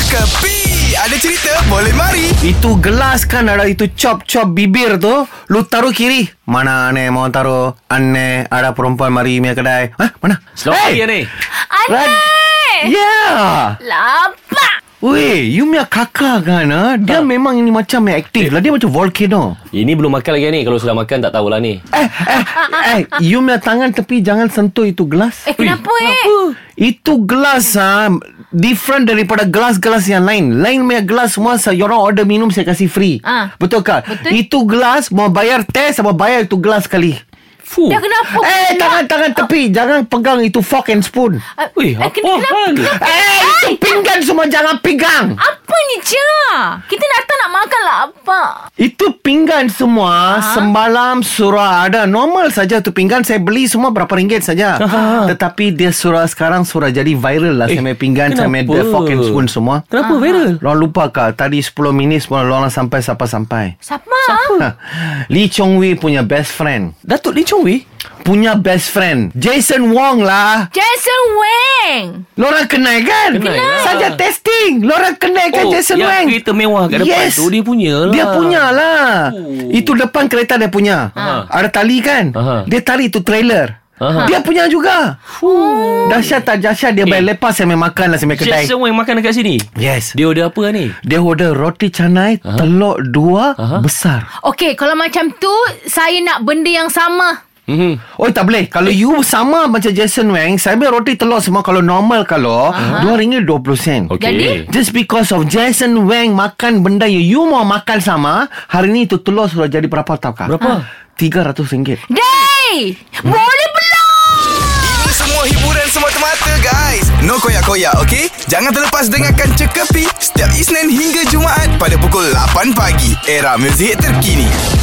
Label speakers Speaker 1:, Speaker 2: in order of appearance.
Speaker 1: Kepi Ada cerita boleh mari
Speaker 2: Itu gelas kan ada itu chop-chop bibir tu Lu taruh kiri Mana aneh mau taruh Aneh ada perempuan mari punya kedai Hah mana?
Speaker 3: Selamat hey. pagi, Ani.
Speaker 2: Rad-
Speaker 4: Aneh!
Speaker 2: Yeah
Speaker 4: Lapak!
Speaker 2: Weh you punya kakak kan ha? Dia memang ini macam yang aktif lah Dia macam volcano
Speaker 3: Ini belum makan lagi, Ani. Kalau sudah makan, tak tahulah, Ani.
Speaker 2: Eh eh eh You punya tangan tepi jangan sentuh itu gelas
Speaker 4: Eh, kenapa eh?
Speaker 2: Itu gelas ha, Different daripada gelas-gelas yang lain Lain punya gelas semua Saya orang order minum Saya kasih free
Speaker 4: Ah.
Speaker 2: Betul kan?
Speaker 4: Betul.
Speaker 2: Itu gelas Mau bayar teh Sama bayar itu gelas sekali
Speaker 3: Fuh.
Speaker 4: Dah kenapa?
Speaker 2: Eh
Speaker 4: pula?
Speaker 2: tangan-tangan tepi Jangan pegang itu fork and spoon
Speaker 4: Eh,
Speaker 3: Weh,
Speaker 4: eh,
Speaker 3: apa
Speaker 4: ken-
Speaker 3: hal?
Speaker 4: kenapa?
Speaker 2: Eh itu pinggan semua Jangan pegang
Speaker 4: Apa ni, Cia? Kita datang nak makan lah, lapak.
Speaker 2: Itu pinggan semua
Speaker 3: Ha?
Speaker 2: Semalam surah ada Normal saja tu pinggan Saya beli semua berapa ringgit saja
Speaker 3: Ha,
Speaker 2: Tetapi dia surah sekarang Surah jadi viral lah eh, Sama pinggan Sama the
Speaker 3: kenapa?
Speaker 2: fork and spoon semua
Speaker 4: Ah.
Speaker 3: Kenapa viral?
Speaker 2: Lorang lupa kah Tadi 10 minit Semua lorang sampai Sampai-sampai
Speaker 4: Siapa?
Speaker 3: Hmm.
Speaker 2: Lee Chong Wei punya best friend
Speaker 3: Datuk Lee Chong Wei?
Speaker 2: Punya best friend Jason Wong lah
Speaker 4: Jason Wang.
Speaker 2: Lorang kenal kan?
Speaker 3: Kenal lah.
Speaker 2: Saja testing. Lorang kenal kan Jason
Speaker 3: yang
Speaker 2: Wang?
Speaker 3: kereta mewah kat depan
Speaker 2: yes.
Speaker 3: tu, dia punya lah.
Speaker 2: Dia punya lah.
Speaker 3: Oh.
Speaker 2: Itu depan kereta dia punya.
Speaker 3: Aha.
Speaker 2: Ada tali kan?
Speaker 3: Aha.
Speaker 2: Dia tali tu trailer.
Speaker 3: Aha. Oh.
Speaker 2: Dia punya juga. Dahsyat tak dahsyat dia eh. bayar lepas saya main makan lah saya main kedai.
Speaker 3: Jason Wang makan dekat sini?
Speaker 2: Yes. Dia,
Speaker 3: Dia order apa, Ani?
Speaker 2: dia order roti canai, telur dua
Speaker 3: Aha.
Speaker 2: besar.
Speaker 4: Okey, kalau macam tu, saya nak benda yang sama.
Speaker 3: Mm-hmm.
Speaker 2: Oh tak boleh Kalau you sama macam Jason Wang Saya ambil roti telur semua Kalau normal kalau RM2.20 sen
Speaker 3: Okey.
Speaker 4: Jadi?
Speaker 2: Just because of Jason Wang makan benda yang you mau makan sama Hari ni tu telur sudah jadi berapa Ah, tahu kah?
Speaker 3: Berapa?
Speaker 2: RM300
Speaker 4: Day! Boleh belum?
Speaker 1: Ini semua hiburan semata-mata guys No koyak-koyak ok Jangan terlepas dengarkan Cekapi Setiap Isnin hingga Jumaat Pada pukul 8 pagi Era muzik terkini